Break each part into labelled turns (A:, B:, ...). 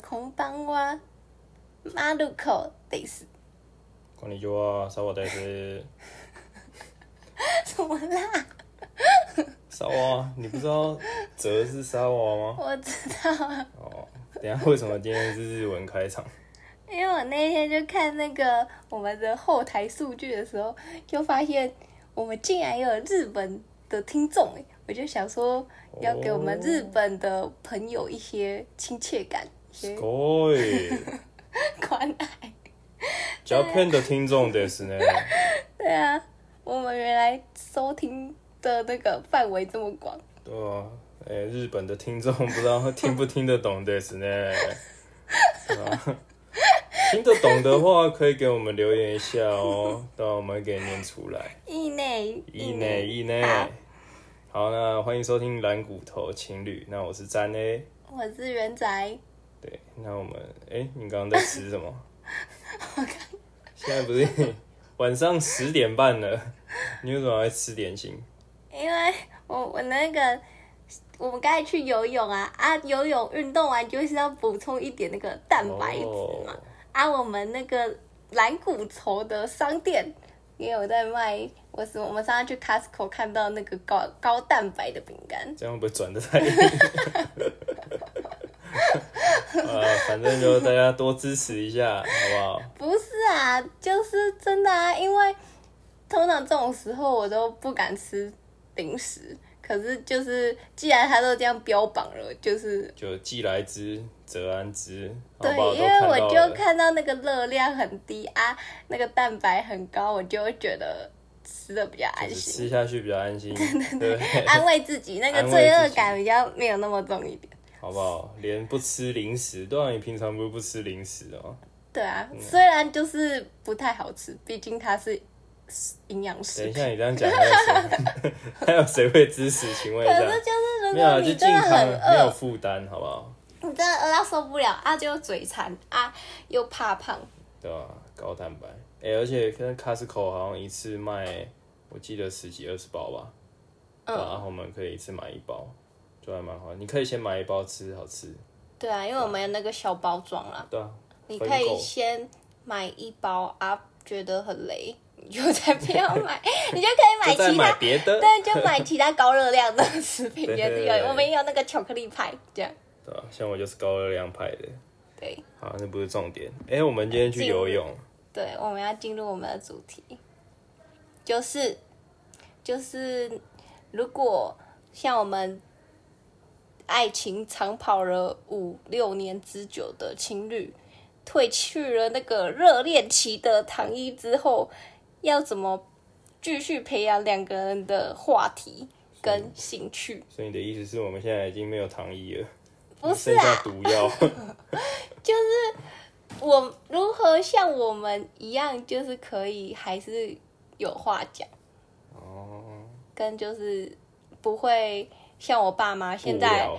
A: 空帮哇，马路口得死，
B: こんにちは，沙瓦代斯。
A: 什么啦？
B: 沙瓦，啊你不知道泽是沙瓦吗？
A: 我知道啊，
B: 哦，等一下为什么今天是日文开场？
A: 因为我那天就看那个我们的后台数据的时候，就发现我们竟然有日本的听众哎，我就想说要给我们日本的朋友一些亲切感，一些
B: すごい。
A: 关爱。
B: Japan 的听众ですね。
A: 对啊，我们原来收听的那个范围这么广，
B: 对啊，哎、日本的听众不知道听不听得懂ですね。对啊，听得懂的话可以给我们留言一下哦，到我们给念出来。
A: 意内
B: 一内一内
A: 嗯好。
B: 好，那欢迎收听蓝骨头情侣。那我是詹 A，
A: 我是元仔，
B: 对，那我们哎、你刚刚在 吃什么？现在不是晚上十点半了，你为什么还吃点心？
A: 因为我我那个我们刚才去游泳啊啊，游泳运动完就是要补充一点那个蛋白质嘛、
B: 哦
A: 啊，我们那个蓝骨头的商店也有在卖，我是我们上次去 Costco 看到那个高高蛋白的饼干，
B: 这样会不会转的太硬？ 呃，反正就大家多支持一下，好不好？
A: 不是啊，就是真的啊，因为通常这种时候我都不敢吃零食，可是就是既然他都这样标榜了，就是
B: 就既来之则安之，好
A: 对
B: 不好？，
A: 因为我
B: 都
A: 就
B: 看到了
A: 看到那个热量很低啊，那个蛋白很高，我就会觉得吃的比较安
B: 就是
A: 心，
B: 吃下去比较安心，对不对？
A: 安慰自己，那
B: 安
A: 个
B: 慰
A: 罪恶
B: 自己
A: 感比较没有那么重一点。
B: 好不好？连不吃零食，对啊，你平常不是不吃零食哦、
A: 对啊，虽然就是不太好吃，毕竟它是营养食
B: 等一
A: 品。
B: 下你这样讲，还有谁？还有谁会支持？请问一
A: 可
B: 下
A: 是，就是如
B: 没有啊，
A: 果
B: 就
A: 你
B: 健
A: 真的
B: 康，
A: 很
B: 没有
A: 饿，
B: 负担，好不好？
A: 你真的饿到受不了啊，就嘴馋啊，又怕胖，
B: 对啊，高蛋白。哎、而且现在 Costco 好像一次卖，我记得十几二十包吧。
A: 嗯
B: 对啊，然后我们可以一次买一包，就还蛮好。你可以先买一包吃，好吃。
A: 对啊，因为我们有那个小包装啦，
B: 对啊，
A: 你
B: 分
A: 可以
B: 购
A: 先买一包啊，觉得很雷，你就再不 要买，你就可以买
B: 就再
A: 其他
B: 买，别 的。
A: 对，就买其他高热量的食品
B: 对
A: 也是
B: 对对对
A: 有，我们也有那个巧克力派这样，
B: 对啊，像我就是高热量派的。
A: 对
B: 好，那不是重点。哎、我们今天去游泳，
A: 对，我们要进入我们的主题，就是就是如果像我们。爱情长跑了五六年之久的情侣，褪去了那个热恋期的糖衣之后，要怎么继续培养两个人的话题跟兴趣？
B: 所以你的意思是我们现在已经没有糖衣了，
A: 不是
B: 剩
A: 啊，
B: 下毒药。
A: 我如何像我们一样，就是可以还是有话讲，
B: 哦，
A: 跟就是不会像我爸妈 现
B: 无
A: 在
B: 聊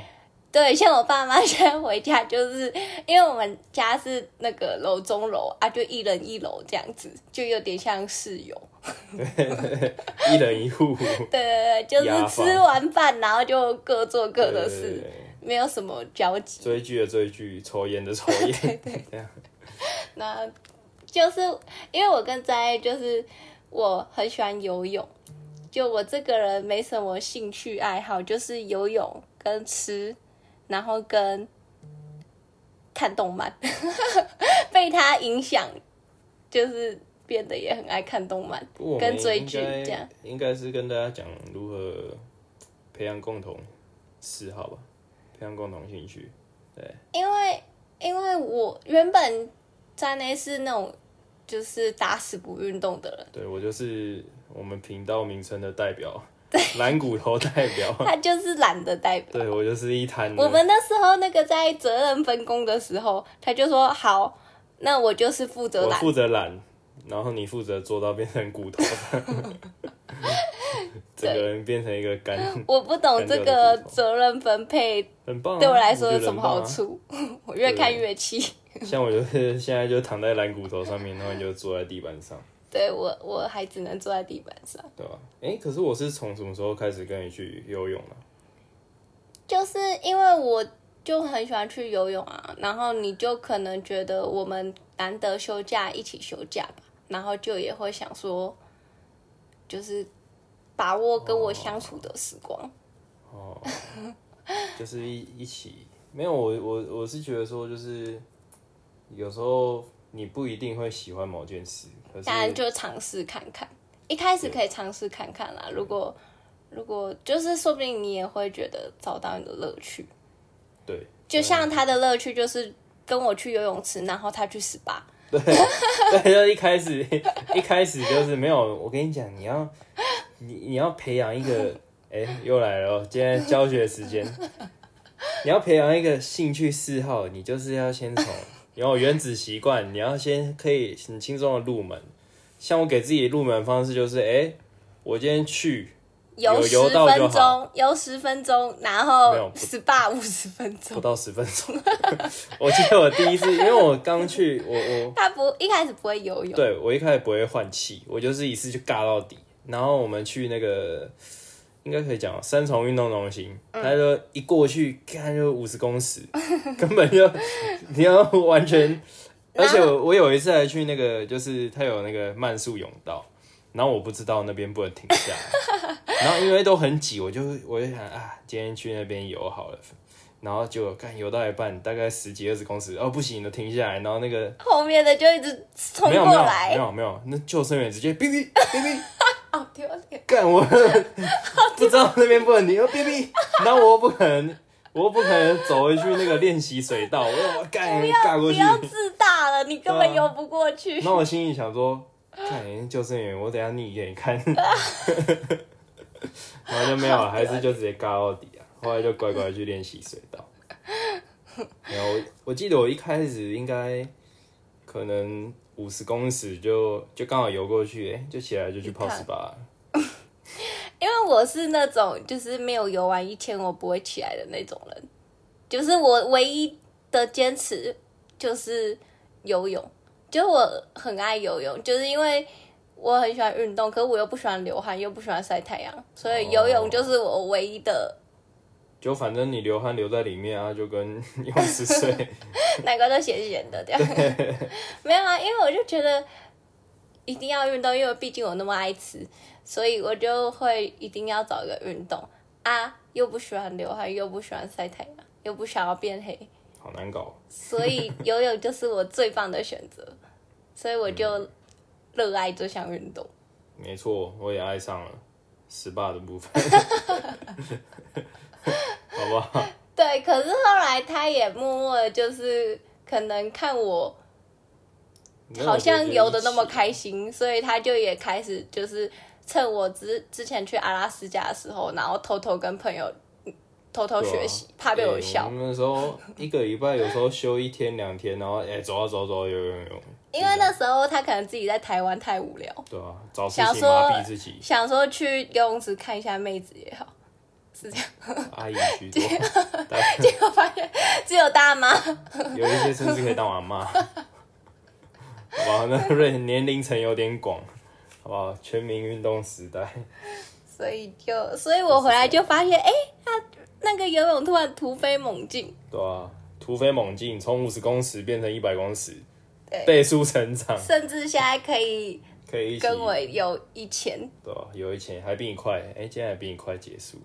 A: 对，像我爸妈现在回家就是因为我们家是那个楼中楼啊，就一人一楼这样子，就有点像室友。
B: 一人一户，
A: 对对对，就是吃完饭然后就各做各的
B: 对对
A: 事，
B: 对
A: 没有什么交集。
B: 追剧的追剧，抽烟的抽 烟，这样
A: 那就是因为我跟在就是我很喜欢游泳，就我这个人没什么兴趣爱好，就是游泳跟吃，然后跟看动漫， 被他影响，就是变得也很爱看动漫
B: 不过我们
A: 跟追剧
B: 应该
A: 这样。
B: 应该是跟大家讲如何培养共同嗜好吧，培养共同兴趣。
A: 因为因为我原本在内是那种就是打死不运动的人。
B: 对我就是我们频道名称的 代表，蓝骨头代表。
A: 他就是懒得代表，
B: 对我就是一滩的。
A: 我们那时候那个在责任分工的时候，他就说好，那我就是负责
B: 我
A: 懒。
B: 负责懒，然后你负责做到变成骨 头，整个人变成一个干，
A: 我不懂这个责任分配
B: 很棒啊、
A: 对我来说
B: 觉
A: 有
B: 得
A: 什么好
B: 很棒啊
A: 处， 我越看越气。
B: 像我就是现在就躺在蓝骨头上面，然后你就坐在地板上，
A: 对我，我还只能坐在地板上。
B: 对吧？哎、可是我是从什么时候开始跟你去游泳呢、
A: 就是因为我就很喜欢去游泳啊，然后你就可能觉得我们难得休假一起休假吧，然后就也会想说，就是把握跟我相处的时光。
B: 哦， 就是一一起没有我我我是觉得说就是有时候你不一定会喜欢某件事，可是
A: 当然就尝试看看，一开始可以尝试看看啦。如果如果就是说不定你也会觉得找到你的乐趣，
B: 对
A: 就像他的乐趣就是跟我去游泳池，然后他去 SPA。
B: 对，就一开始一开始就是没有。我跟你讲，你要你你要培养一个， 哎、又来了哦，今天教学时间， 你要培养一个兴趣嗜好，你就是要先从有原子习惯，你要先可以很轻松的入门。像我给自己入门方式就是，哎、我今天去有
A: 游十
B: 游到就
A: 分
B: 好
A: 钟，游十分钟，然
B: 没有
A: 后
B: 不
A: SPA 五十分
B: 不
A: 钟。
B: 到十分钟， 我记得我第一次，因为我刚去，我我
A: 他不一开始不会游泳，
B: 对我一开始不会换气，我就是一次就尬到底。然后我们去那个应该可以讲吧三重运动中心，他就一过去，看就五十公尺， 根本就你要完全。而且我我有一次还去那个，就是他有那个慢速泳道，然后我不知道那边不能停下来，然后因为都很挤，我就我就想啊，今天去那边游好了。然后就看游到一半，大概十几二十公尺，哦不行了，停下来。然后那个
A: 后面的就一直冲
B: 没有
A: 过
B: 没有没
A: 来，
B: 有没有，那救生员直接哔哔哔哔，
A: 好丢脸。
B: 干我不知道那边不能停，又哦哔哔，然后我又不可能，我又不可能走回去那个练习水道，我又干
A: 不要
B: 尬
A: 不
B: 过去。
A: 要自大了，你根
B: 对
A: 本
B: 啊
A: 游不过去
B: 然。后我心里想说，看人家救生员，我等一下逆给你看， 然后就没有了，还是就直接尬到底啊。后来就乖乖去练习水道。 然后我我记得我一开始应该可能五十公尺就就刚好游过去，哎、就起来就去泡
A: 你看
B: SPA。
A: 因为我是那种就是没有游完一天我不会起来的那种人，就是我唯一的坚持就是游泳，就是我很爱游泳，就是因为我很喜欢运动，可是我又不喜欢流汗，又不喜欢晒太阳，所以游泳就是我唯一的。
B: 就反正你流汗留在里面啊，就跟 泳池水。
A: 哪个都咸咸的这样。没有啊，因为我就觉得一定要运动，因为毕竟我那么爱吃，所以我就会一定要找一个运动啊，又不喜欢流汗，又不喜欢晒太阳，又不想要变黑，
B: 好难搞。
A: 所以游泳就是我最棒的选择，所以我就热爱这项运动。
B: 没错，我也爱上了 SPA 的部分， 好不好？
A: 对，可是后来他也默默的，就是可能看我
B: 没有
A: 好像游的那么。
B: 我觉得一
A: 开
B: 起
A: 心，所以他就也开始就是趁我之之前去阿拉斯加的时候，然后偷偷跟朋友嗯偷偷
B: 对啊
A: 学习，怕被我
B: 对
A: 笑
B: 我，们那时候一个礼拜有时候休一天两天，然后哎、走啊走啊走啊游游游，
A: 因为那时候他可能自己在台湾太无聊，
B: 对啊，找事
A: 哦想
B: 情
A: 说
B: 麻痹自己，
A: 想说去游泳池看一下妹子也 好，是这样，
B: 阿姨居多，大
A: 结果发现只有大妈，
B: 有一些甚至可以当我阿妈。好不好？那瑞年龄层有点广，好不好？全民运动时代，
A: 所以就所以我回来就发现，哎、他那个游泳突然突飞猛进，
B: 对啊，突飞猛进，从五十公尺变成一百公尺，
A: 对
B: 倍速成长，
A: 甚至现在可以
B: 可以一起
A: 跟我有一千。
B: 对啊，有一前还比你快，哎、今天还比你快结束，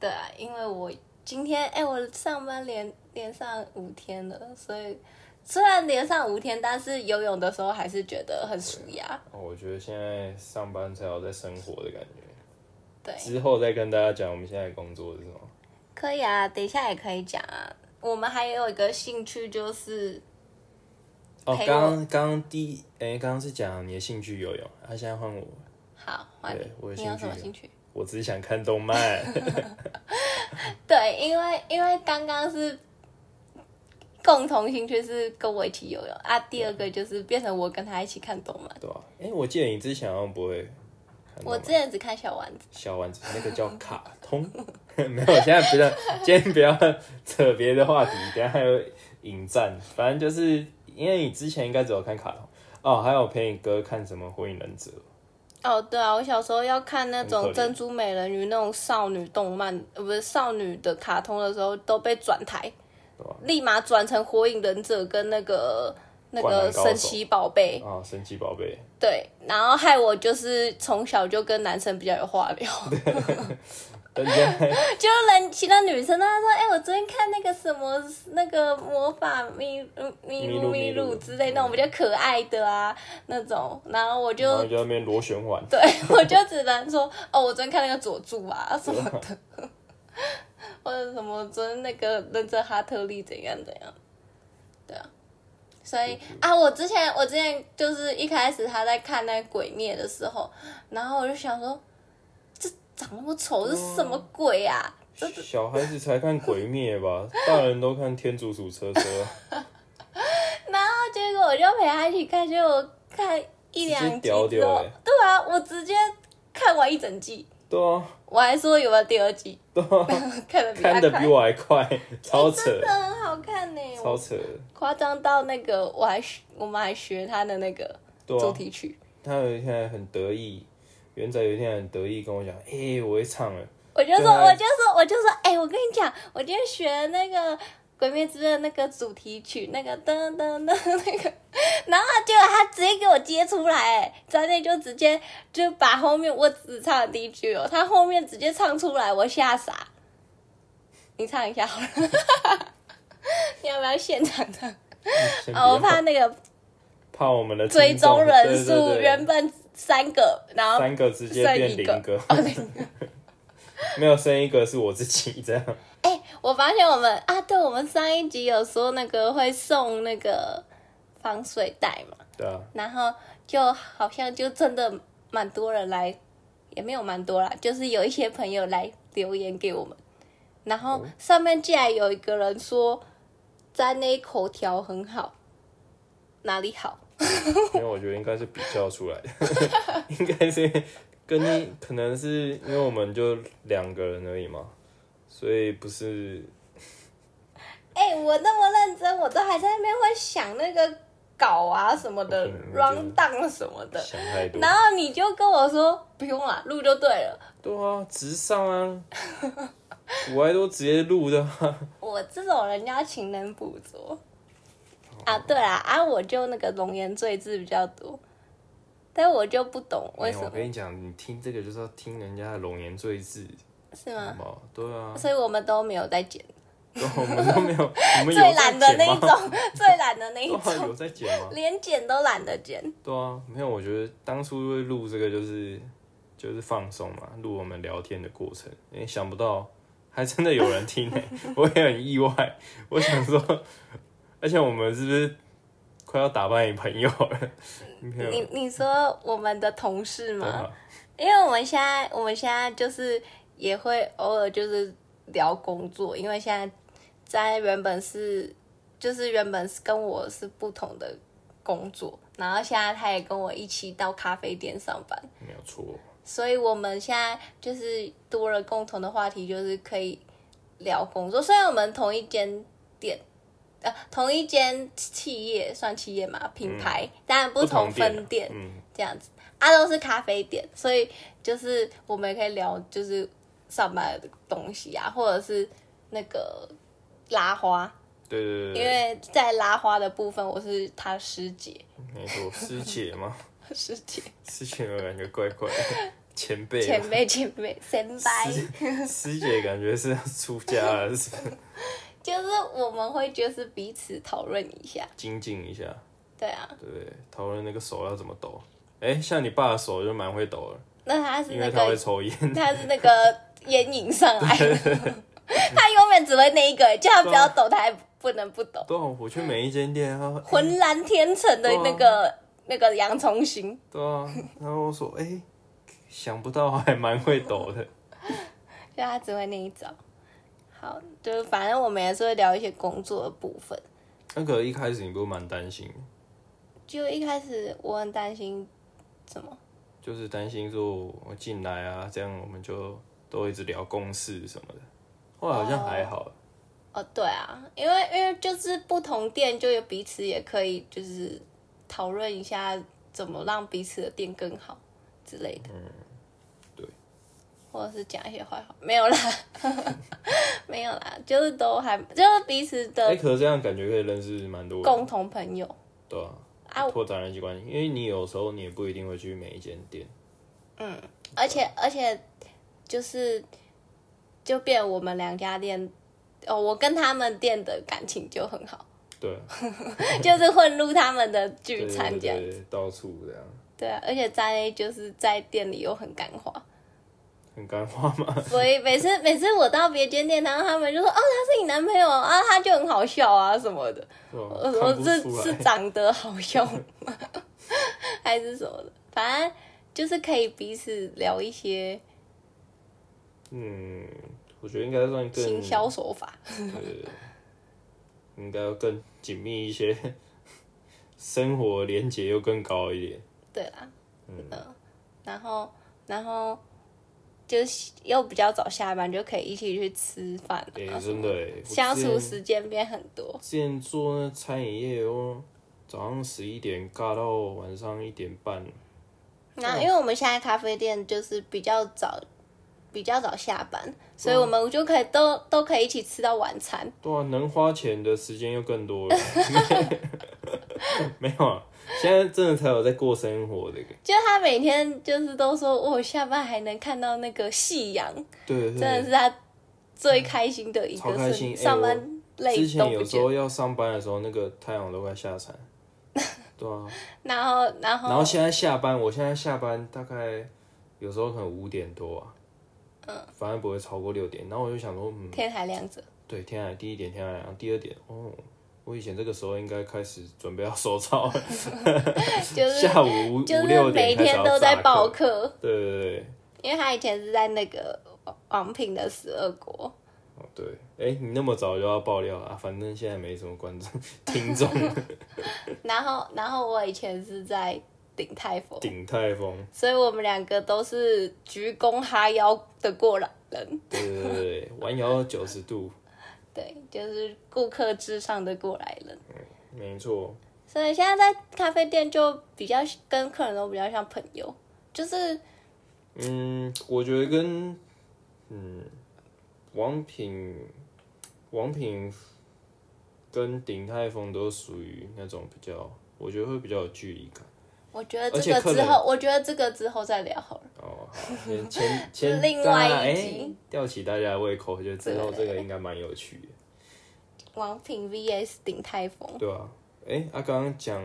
A: 对啊，因为我今天哎、我上班连连上五天了，所以虽然连上五天，但是游泳的时候还是觉得很舒压。
B: 哦我觉得现在上班才有在生活的感觉。
A: 对，
B: 之后再跟大家讲我们现在的工作是什么。
A: 可以啊，等一下也可以讲啊。我们还有一个兴趣就是，
B: 哦，
A: 陪我
B: 刚刚第一，哎、刚刚是讲你的兴趣游泳，啊，现在换我，
A: 好，换你
B: 对我，有
A: 你有
B: 兴趣
A: 什么
B: 的
A: 兴趣？
B: 我只是想看动漫。
A: 对，因为因为刚刚是共同兴趣是跟我一起游泳啊，第二个就是变成我跟他一起看动漫。
B: 对啊，哎、我记得你之前好像不会看
A: 我
B: 动
A: 之
B: 漫
A: 前只看小丸子，
B: 小丸子，那个叫卡通。 没有，现在不要，今天不要 扯别的话题，等一下还有引战。反正就是因为你之前应该只有看卡通哦，还有陪你哥看什么《火影忍者》。
A: 哦，对啊，我小时候要看那
B: 很
A: 种
B: 可怜
A: 珍珠美人鱼那种少女动漫，呃，不是少女的卡通的时候，都被转台，
B: 啊
A: 立马转成火影忍者跟那个那
B: 灌
A: 个
B: 篮高手
A: 神奇宝贝，
B: 啊，神奇宝贝，
A: 对，然后害我就是从小就跟男生比较有话聊，
B: 人家
A: 就是人其他女生呢她说，哎、我昨天看那个什么那个魔法咪嗯咪
B: 咪
A: 噜
B: 噜
A: 咪
B: 咪
A: 噜
B: 噜
A: 之类那种比较可爱的啊那种，然后我
B: 然
A: 就
B: 后就在那边螺旋丸，
A: 对 我就只能说，哦，我昨天看那个佐助啊什么的，或者什么昨天那个忍者哈特利怎样怎样，对啊，所以啊，我之前我之前就是一开始他在看那《鬼灭》的时候，然后我就想说，这长那么丑是什么鬼啊？
B: 小孩子才看鬼灭吧，大人都看天竺鼠车车，
A: 然后啊结果我就陪他一起看，结果看一两集之后，
B: 直接屌屌欸
A: 对啊，我直接看完一整季，
B: 对啊，
A: 我还说有没有第二季，
B: 对啊，
A: 看的比他
B: 看的比
A: 快。哎
B: 我还快，超扯，
A: 真的哎很好看呢、
B: 超扯，
A: 夸张到那个我还学我们还学他的那个
B: 对
A: 主
B: 啊，
A: 题曲，
B: 他有一天很得意，元仔有一天很得意跟我讲，哎、我会唱了，
A: 我就说
B: 对啊
A: 我就说我就说哎、我跟你讲，我今天学那个《鬼灭之刃》那个主题曲，那个噔噔噔那个， 然后结果他直接给我接出来、哎张内就直接就把后面我只唱了第一句哦，他后面直接唱出来，我吓傻。你唱一下好了， 你要不要现场唱？
B: 先不
A: 哦，
B: 要
A: 我怕那个
B: 怕我们的听
A: 追踪人
B: 对
A: 数
B: 对对
A: 原本三个，然后
B: 三个直接
A: 剩
B: 变
A: 一个
B: 零个，
A: 哦零个。
B: 没有剩一个是我自己这样，
A: 哎、我发现我们啊，对，我们上一集有说那个会送那个防水袋嘛，
B: 对啊，
A: 然后就好像就真的蛮多人来，也没有蛮多啦，就是有一些朋友来留言给我们，然
B: 哦
A: 后上面竟然有一个人说在那口条很好，哪里好？
B: 因为我觉得应该是比较出来的， 应该是跟你可能是因为我们就两个人而已嘛，所以不是
A: 哎、我那么认真，我都还在那边会想那个稿啊什么的
B: 我可能
A: ，round down 什么的。
B: 想太多
A: 然，后你就跟我说不用啦，录就对了。
B: 对啊，直上啊，我还都直接录的啊、
A: 我这种人叫勤能补
B: 哦
A: 拙啊，对啦，啊，我就那个龙颜醉字比较多，但我就不懂 为
B: 没
A: 什
B: 有
A: 么
B: 哎我跟你讲，你听这个就是要听人家的龙颜醉字，
A: 是
B: 好
A: 吗？
B: 不好？对啊，
A: 所以我们都没有在剪，
B: 对啊我们都没有，我们有
A: 最懒的
B: 在
A: 那
B: 剪
A: 一
B: 吗？
A: 种， 最懒的那一
B: 对啊，
A: 种，
B: 有在剪吗？
A: 连剪都懒得剪。
B: 对啊，没有，我觉得当初会录这个就是就是放松嘛，录我们聊天的过程。因为想不到还真的有人听 诶、我也很意外。我想说，而且我们是不是快要打败你朋友了？没有，
A: 你你说我们的同事
B: 对
A: 吗？
B: 啊，
A: 因为我们现在我们现在就是也会偶尔就是聊工作，因为现在在原本是就是原本是跟我是不同的工作，然后现在他也跟我一起到咖啡店上班，
B: 没有错。
A: 所以我们现在就是多了共同的话题，就是可以聊工作。虽然我们同一间店，呃，同一间企业算企业嘛，品牌，但嗯不同
B: 同店啊
A: 分店，
B: 嗯，
A: 这样子，啊都是咖啡店，所以就是我们也可以聊就是上班的东西啊，或者是那个拉花，
B: 对对
A: 因
B: 对
A: 为在拉花的部分我是他师姐，
B: 对，没错，师姐嘛，
A: 师姐
B: 师姐有感觉怪怪的，前辈啊
A: 前辈前辈先拜，
B: 师师姐感觉是要出家了，是不是
A: 就是我们会就是彼此讨论一下，
B: 精进一下。
A: 对啊，
B: 对，讨论那个手要怎么抖。哎、像你爸的手就蛮会抖的，
A: 那他是
B: 因
A: 那
B: 为他会
A: 个
B: 抽烟。
A: 他是那个眼影上来 的，他永远只会那一个，叫他不要抖，他还不能不抖。
B: 对啊，我去每一间店，他说
A: 浑然天成的那个、
B: 嗯
A: 那个洋葱型，
B: 对啊，然后我说哎、诶想不到还蛮会抖的。
A: 就他只会那一招。好，就是反正我们也是会聊一些工作的部分。
B: 那个一开始你不是蛮担心的，
A: 就一开始我很担心什么，
B: 就是担心说我进来啊，这样我们就都一直聊公事什么的。后来好像还好，
A: 哦，对啊，因为因为就是不同店就有彼此也可以就是讨论一下怎么让彼此的店更好之类的。
B: 嗯对。
A: 或者是讲一些坏话，没有啦， 没有啦，就是都还就是彼此
B: 哎、
A: 的
B: 可是这样感觉可以认识蛮多人，
A: 共同朋友
B: 对啊，
A: 啊，
B: 拓展人际关系，因为你有时候你也不一定会去每一间店，
A: 而且而且就是就变我们两家店哦，我跟他们店的感情就很好，
B: 对，
A: 就是混入他们的聚
B: 对
A: 餐
B: 对
A: 这样。
B: 对，到处这样，
A: 对啊，而且在就是在店里又很干话，
B: 很干话嘛，
A: 所以每次每次我到别间店，然后他们就说哦他是你男朋友啊，他就很好笑啊什么的。
B: 是吧
A: 我
B: 哦看
A: 说
B: 不
A: 呃这
B: 出来
A: 是长得好笑吗？ 还是什么的？反正就是可以彼此聊一些
B: 嗯，我觉得应该算更
A: 行销手法。
B: 应该要更紧密一些， 生活连结又更高一点。
A: 对啦，嗯、然后然后就是又比较早下班，就可以一起去吃饭啊
B: 哎、
A: 什
B: 真
A: 么
B: 的哎，
A: 相处
B: 我之前
A: 时间变很多。
B: 之前做那餐饮业哦，早上十一点尬到晚上一点半，嗯
A: 那因为我们现在咖啡店就是比较早，比较早下
B: 嗯
A: 班，所以我们就可以都都可以一起吃到晚餐。
B: 对啊，能花钱的时间又更多了。 没有啊，现在真的才有在过生活的，
A: 就他每天就是都说，哦我下班还能看到那个夕阳，
B: 对
A: 真
B: 对
A: 的
B: 对。
A: 是他最开心的一
B: 超
A: 个
B: 开
A: 瞬
B: 心
A: 间。
B: 哎
A: 上
B: 我
A: 班累
B: 之
A: 都
B: 前
A: 不
B: 有时
A: 见，
B: 候要上班的时候，那个太阳都快下山。对啊，
A: 然后然
B: 然后
A: 后
B: 现在下班，我现在下班大概有时候可能五点多啊，嗯，反正不会超过六点。然后我就想说，嗯，
A: 天还亮 着，
B: 对，天还第一点天还亮，第二点哦，我以前这个时候应该开始准备要收操了，
A: 就是
B: 下午五
A: 就
B: 五
A: 是
B: 六
A: 每
B: 点开始
A: 天
B: 要
A: 都在
B: 炸
A: 报
B: 课，
A: 课，
B: 对对对，
A: 因为他以前是在那个王品的十二国，
B: 哦对，哎，你那么早就要爆料啊？反正现在没什么观众听 众，
A: 然后然后我以前是在鼎泰丰，
B: 顶泰丰，
A: 所以我们两个都是鞠躬哈腰的过来人，
B: 对对对对，弯腰九十度，
A: 对，就是顾客至上的过来人。
B: 没错，
A: 所以现在在咖啡店就比较跟客人都比较像朋友，就是
B: 嗯，我觉得跟嗯王品王品跟鼎泰丰都属于那种比较，我觉得会比较有距离感。
A: 我觉得
B: 而
A: 这
B: 且
A: 个
B: 客
A: 之
B: 人
A: 后，我觉得这个之后再聊好了。
B: 哦，好，先前前
A: 另外一
B: 大家哎
A: 集
B: 吊起大家的胃口，我觉得之后
A: 对
B: 这个应该蛮有趣的，
A: 王品 VS 鼎泰丰，
B: 对吧、哎、啊，刚刚讲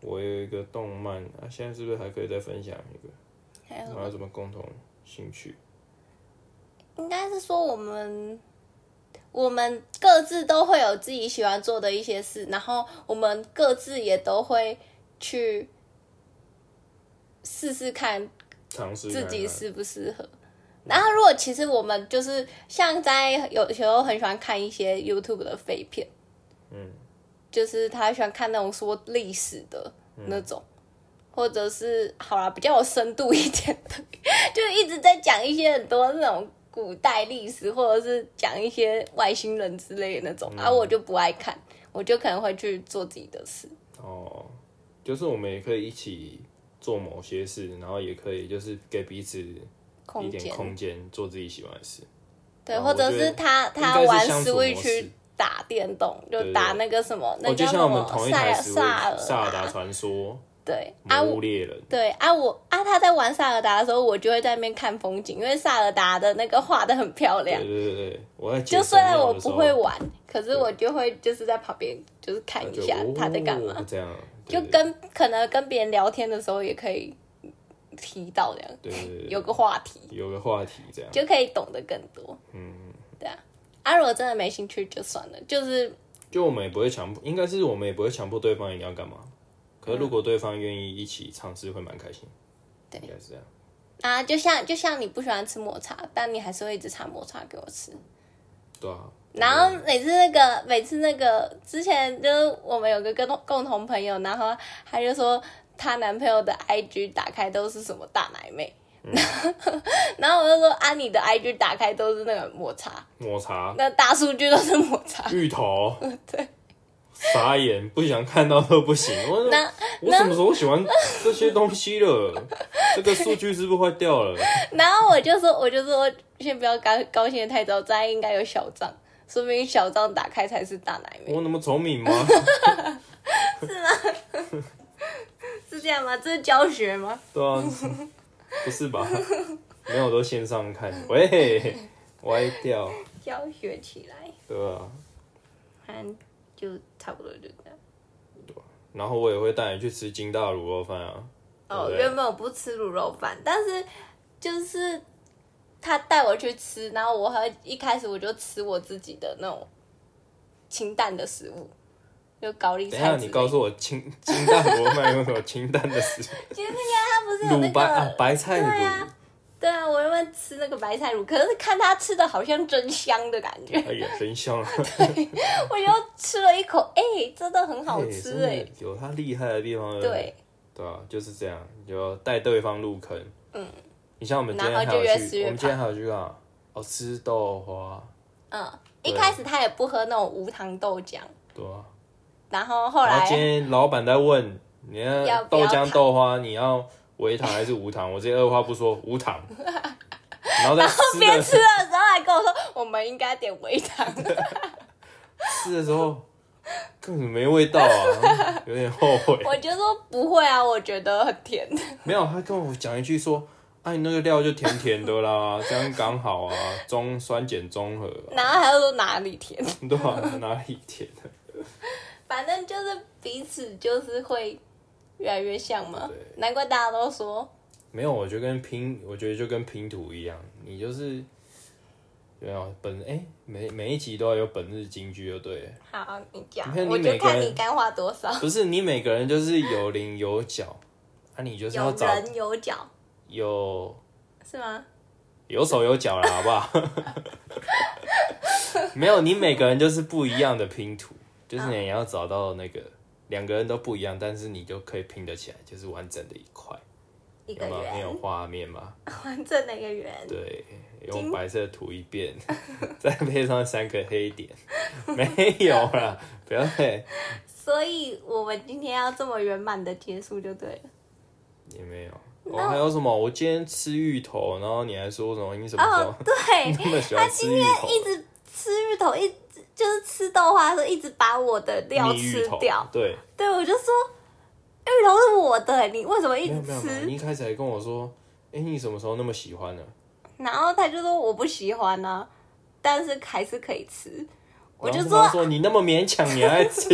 B: 我有一个动漫，啊，现在是不是还可以再分享一个？
A: 还有什
B: 还有
A: 么？
B: 什么共同兴趣？
A: 应该是说我们我们各自都会有自己喜欢做的一些事，然后我们各自也都会去试试看
B: 尝试
A: 自
B: 看嗯
A: 己
B: 看
A: 适不适合。然后，如果其实我们就是像在有时候很喜欢看一些 YouTube 的废片，嗯，就是他喜欢看那种说历史的那种，
B: 嗯
A: 或者是好啦，比较有深度一点的， 就一直在讲一些很多那种古代历史，或者是讲一些外星人之类的那
B: 嗯
A: 种、啊，我就不爱看，我就可能会去做自己的事。
B: 哦，就是我们也可以一起做某些事，然后也可以就是给彼此一
A: 空
B: 点
A: 间
B: 空间，做自己喜欢的事。
A: 对，
B: 啊
A: 或者
B: 我觉
A: 是
B: 得
A: 他
B: 应该
A: 他
B: 是
A: 玩
B: 相处模
A: Switch
B: 式
A: 打电动，就
B: 对
A: 打那个什么，那
B: 哦，就
A: 叫什
B: 像我们
A: 么
B: 同一
A: 萨
B: 台
A: 尔
B: 《
A: 萨尔
B: 萨尔达嗯
A: 啊
B: 传说》
A: 对啊，
B: 《魔
A: 我
B: 物猎人》
A: 对啊我啊他在玩萨尔达的时候，我就会在那边看风景，因为萨尔达的那个画的很漂亮
B: 对。对对对，我在解
A: 啊就虽然
B: 神
A: 我
B: 庙的时
A: 不
B: 候
A: 会玩，可是我就会就是在旁边就是看一
B: 就
A: 下他在干嘛，
B: 哦这样
A: 就跟可能跟别人聊天的时候也可以提到这样，
B: 对对对对
A: 有个话题
B: 有个话题这样。
A: 就可以懂得更多。
B: 嗯，
A: 对啊，啊如果真的没兴趣就算了，就是
B: 就我们也不会强迫，应该是我们也不会强迫对方一定要干嘛。可是如果对方愿意一起尝试，会蛮开心。
A: 嗯对
B: 应该是这样。
A: 啊，就像就像你不喜欢吃抹茶，但你还是会一直查抹茶给我吃。
B: 对啊。
A: 然后每次那个每次那个之前就是我们有个共同共同朋友，然后她就说她男朋友的 IG 打开都是什么大奶妹， 然后然后我就说啊你的 IG 打开都是那个抹茶，
B: 抹茶、
A: 那大数据都是抹茶。
B: 芋头，对，傻眼，不想看到都不行。我
A: 那
B: 我什么时候喜欢这些东西了？这个数据是不是坏掉了？
A: 然后我就说，我就说，先不要高高兴的太早，咱应该有小账，说不定小账打开才是大奶妹，
B: 我那么聪 明吗？
A: 是这样吗？这是教学吗？
B: 对啊，不是吧？没有，我都线上看。喂，歪掉，
A: 教学起来，
B: 对吧、啊？
A: 反正就差不多就这样。
B: 然后我也会带你去吃金大卤肉饭啊。
A: 哦，
B: 对
A: 原本我不吃卤肉饭，但是就是他带我去吃，然后我还一开始我就吃我自己的那种清淡的食物，就高丽
B: 等一下，
A: 菜之
B: 你
A: 类的。
B: 告诉我 清清淡卤肉饭有什么清淡的食物？
A: 其实他不是有 那
B: 卤白啊
A: 个，
B: 白菜
A: 对啊
B: 卤。
A: 对啊，我原本吃那个白菜卤，可是看他吃的好像真香的感觉，
B: 哎呀，真香！
A: 我就吃了一口，哎、真的很好
B: 哎真
A: 吃哎、
B: 的有它厉害的地方。
A: 对，
B: 对啊，就是这样，你就带对方入坑。嗯，你像我们今天还
A: 然后
B: 有
A: 就越吃
B: 去，
A: 越
B: 我们今天还有去干嘛？哦，吃豆花，
A: 嗯，
B: 对
A: 一开始他也不喝那种无糖豆浆，
B: 对啊。
A: 然后后
B: 然后今
A: 来
B: 天老板在问你
A: 要
B: 要
A: 不
B: 豆
A: 要
B: 浆
A: 糖
B: 豆花，你要微糖还是无糖？我直接二话不说 无糖，然后再吃
A: 边
B: 的
A: 吃的时候还跟我说，我们应该点微糖，
B: 吃的时候根本没味道啊， 有点后悔。
A: 我就说不会啊，我觉得很 甜，
B: 没有，他跟我讲一句说。啊，你那个料就甜甜的啦，这样刚好啊，中酸碱中和、啊，
A: 然后他就说哪里甜，
B: 对吧、哪里甜的？
A: 反正就是彼此就是会越来越像嘛
B: 对，
A: 难怪大家都说
B: 没有，我觉得跟拼，我觉得就跟拼图一样，你就是有没有本哎、每每一集都要有本日金句，就对了。
A: 好，你讲
B: 你看，你
A: 我就
B: 每个
A: 看
B: 人
A: 你干话多少。
B: 不是你每个人就是有棱有角，啊，你就是要
A: 有
B: 找
A: 人有脚
B: 有
A: 是吗？
B: 有手有脚啦，好不好？ 没有，你每个人就是不一样的拼图，就是你要找到那个两个人都不一样，但是你就可以拼得起来，就是完整的一块，
A: 一
B: 有
A: 个
B: 没有？很
A: 圆，
B: 有画面嘛？
A: 完整的一个圆。
B: 对，用白色涂一遍， 再配上三个黑点， 没有啦，不要配，
A: 所以我们今天要这么圆满的结束就对了。
B: 也没有。我、还有什么？我今天吃芋头，然后你还说什么？ 你什么时候，
A: 哦，对
B: 那么喜
A: 他
B: 欢吃
A: 今
B: 芋
A: 天
B: 头？
A: 一直吃芋头，一直就是吃豆花的时候，一直把我的料
B: 蜜芋
A: 吃
B: 头
A: 掉。
B: 对，
A: 对，我就说芋头是我的，你为什么一
B: 没有
A: 直
B: 没有没有，
A: 吃？
B: 你一开始还跟我说，哎、你什么时候那么喜欢呢、
A: 然后他就说我不喜欢呢、但是还是可以吃。我就
B: 然后
A: 说
B: 他，说你那么勉强，你还吃，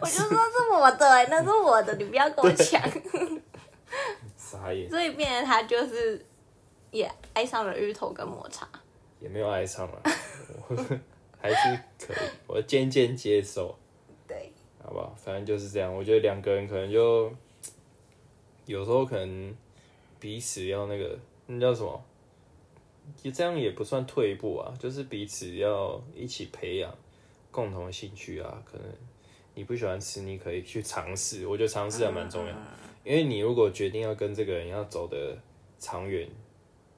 A: 我就说是我的，那是我 的，你不要跟我抢。
B: 傻眼，
A: 所以变得他就是也爱上了芋头跟抹茶。
B: 也没有爱上了，我 还是可以，我渐渐接受。
A: 对，
B: 好不好？反正就是这样。我觉得两个人可能就有时候可能彼此要那个那叫什么，也这样也不算退步啊，就是彼此要一起培养共同的兴趣啊。可能你不喜欢吃，你可以去尝试，我觉得尝试还蛮重要，
A: 啊
B: 因为你如果决定要跟这个人要走的长远。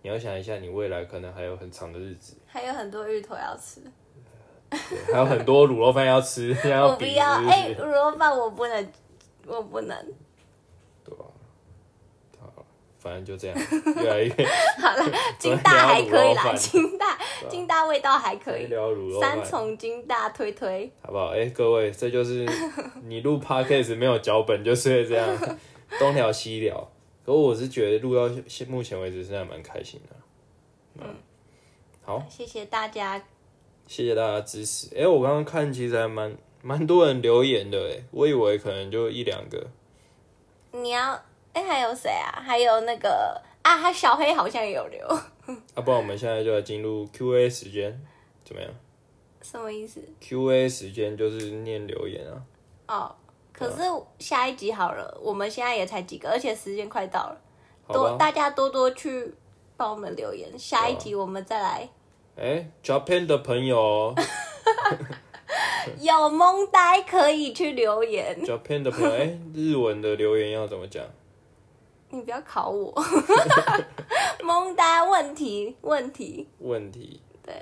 B: 你要想一下，你未来可能还有很长的日子，
A: 还有很多芋头要吃，
B: 对还有很多卤肉饭要吃， 要
A: 我
B: 比
A: 不要
B: 是不是
A: 哎，卤肉饭我不能，我不能。
B: 对吧、好，反正就这样，越 来越
A: 金大还可以
B: 聊卤肉
A: 啦，
B: 饭
A: 金大
B: 对啊
A: 金大味道还可以，
B: 聊卤肉
A: 三
B: 饭，
A: 重金大推推，
B: 好不好？哎、各位，这就是 你录 podcast 没有脚本，就是会这样东聊西聊。可我是觉得录到现目前为止，是还蛮开心的。嗯，好，
A: 谢谢大家。
B: 谢谢大家支持。哎、我刚刚看其实还蛮蛮多人留言的，哎，我以为可能就一两个。
A: 你要哎还有谁啊？还有那个啊，他小黑好像也有留，
B: 要、啊不然我们现在就来进入 Q&A 时间，怎么样
A: 什么意思？
B: ？Q&A 时间就是念留言啊。
A: 哦，可是下一集好了，我们现在也才几个，而且时间快到了。
B: 好吧
A: 多。大家多多去帮我们留言，下一集
B: 啊
A: 我们再来。
B: 哎、j a p a n 的朋友哦
A: 有蒙呆可以去留言，
B: ，Japan 的朋友，哎、日文的留言要怎么讲？
A: 你不要考我。 蒙呆问题问题，
B: 问题，
A: 对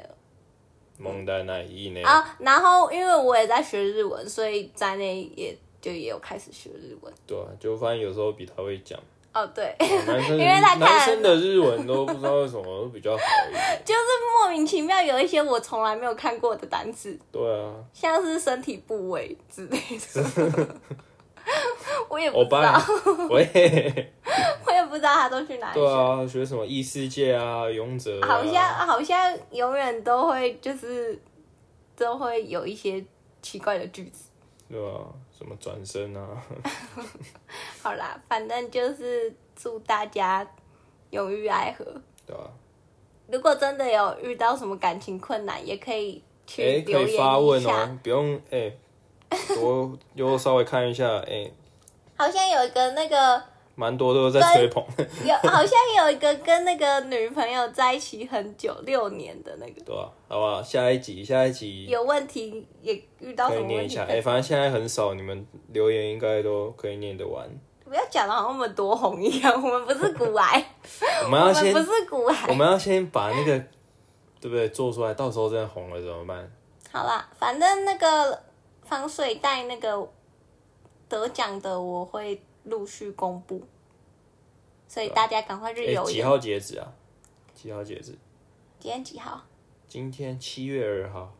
B: 蒙丹奈伊呢？
A: 啊，然后因为我也在学日文，所以在内也就也有开始学日文。
B: 对啊，就发现有时候比他会讲，
A: 哦，对，
B: 男生
A: 因为他看
B: 男生的日文都不知道为什么都比较好一点。
A: 就是莫名其妙有一些我从来没有看过的单词，
B: 对啊，
A: 像是身体部位之类的。 我 也不
B: 欧
A: 知道
B: 巴，， 喂，
A: 我也不知道他都去哪里
B: 对
A: 学。
B: 啊，学什么异世界啊，勇者、啊，
A: 好像好像永远都会就是都会有一些奇怪的句子。
B: 对啊，什么转身啊，
A: 好啦，反正就是祝大家永浴爱河。
B: 对啊，
A: 如果真的有遇到什么感情困难，也可以去
B: 哎、可
A: 留
B: 以发
A: 言一
B: 问
A: 下。
B: 哦，不用哎，多又稍微看一下，哎、
A: 好像有一个那个
B: 蛮多都在吹捧，
A: 有，好像有一个跟那个女朋友在一起很久六年的那个，
B: 对啊，好吧，下一集下一集
A: 有问题也遇到
B: 可
A: 什
B: 以
A: 么
B: 念
A: 问
B: 一
A: 题
B: 下，
A: 可
B: 哎、
A: 以？
B: 反正现在很少，你们留言应该都可以念 得完。
A: 不要讲的好像我们多红一样，我们不是古癌，
B: 我们
A: 我
B: 要
A: 们
B: 先
A: 不是古
B: 我
A: 癌。
B: 们要先把那个，对不对？做出来，到时候真的红了怎么办？
A: 好啦，反正那个防水袋那个得奖的，我会陆续公布，所以大家赶快去
B: 啊哎、
A: 留
B: 几
A: 言。
B: 号截止啊？几号截止？
A: 今天几号？
B: 今天七月二号。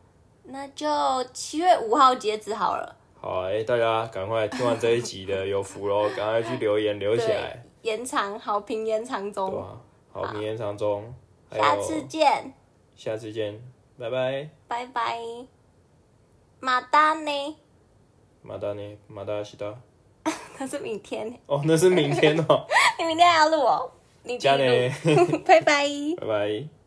A: 那就七月五号截止好了。
B: 好、啊，哎、大家赶快听完这一集的有 福喽，赶快去留言留起
A: 对
B: 来，，
A: 延长好评延长
B: 对啊哎
A: 中，
B: 吧、好，明天长中，还
A: 下次
B: 有
A: 见。
B: 下次见，拜拜，
A: 拜拜，马达呢？
B: 马达呢？马达西达。
A: 那是明天 呢，
B: 哦， 那是明天哦，
A: 你明天还要录哦，你自己
B: 加呢，
A: 录，拜拜。
B: 拜拜。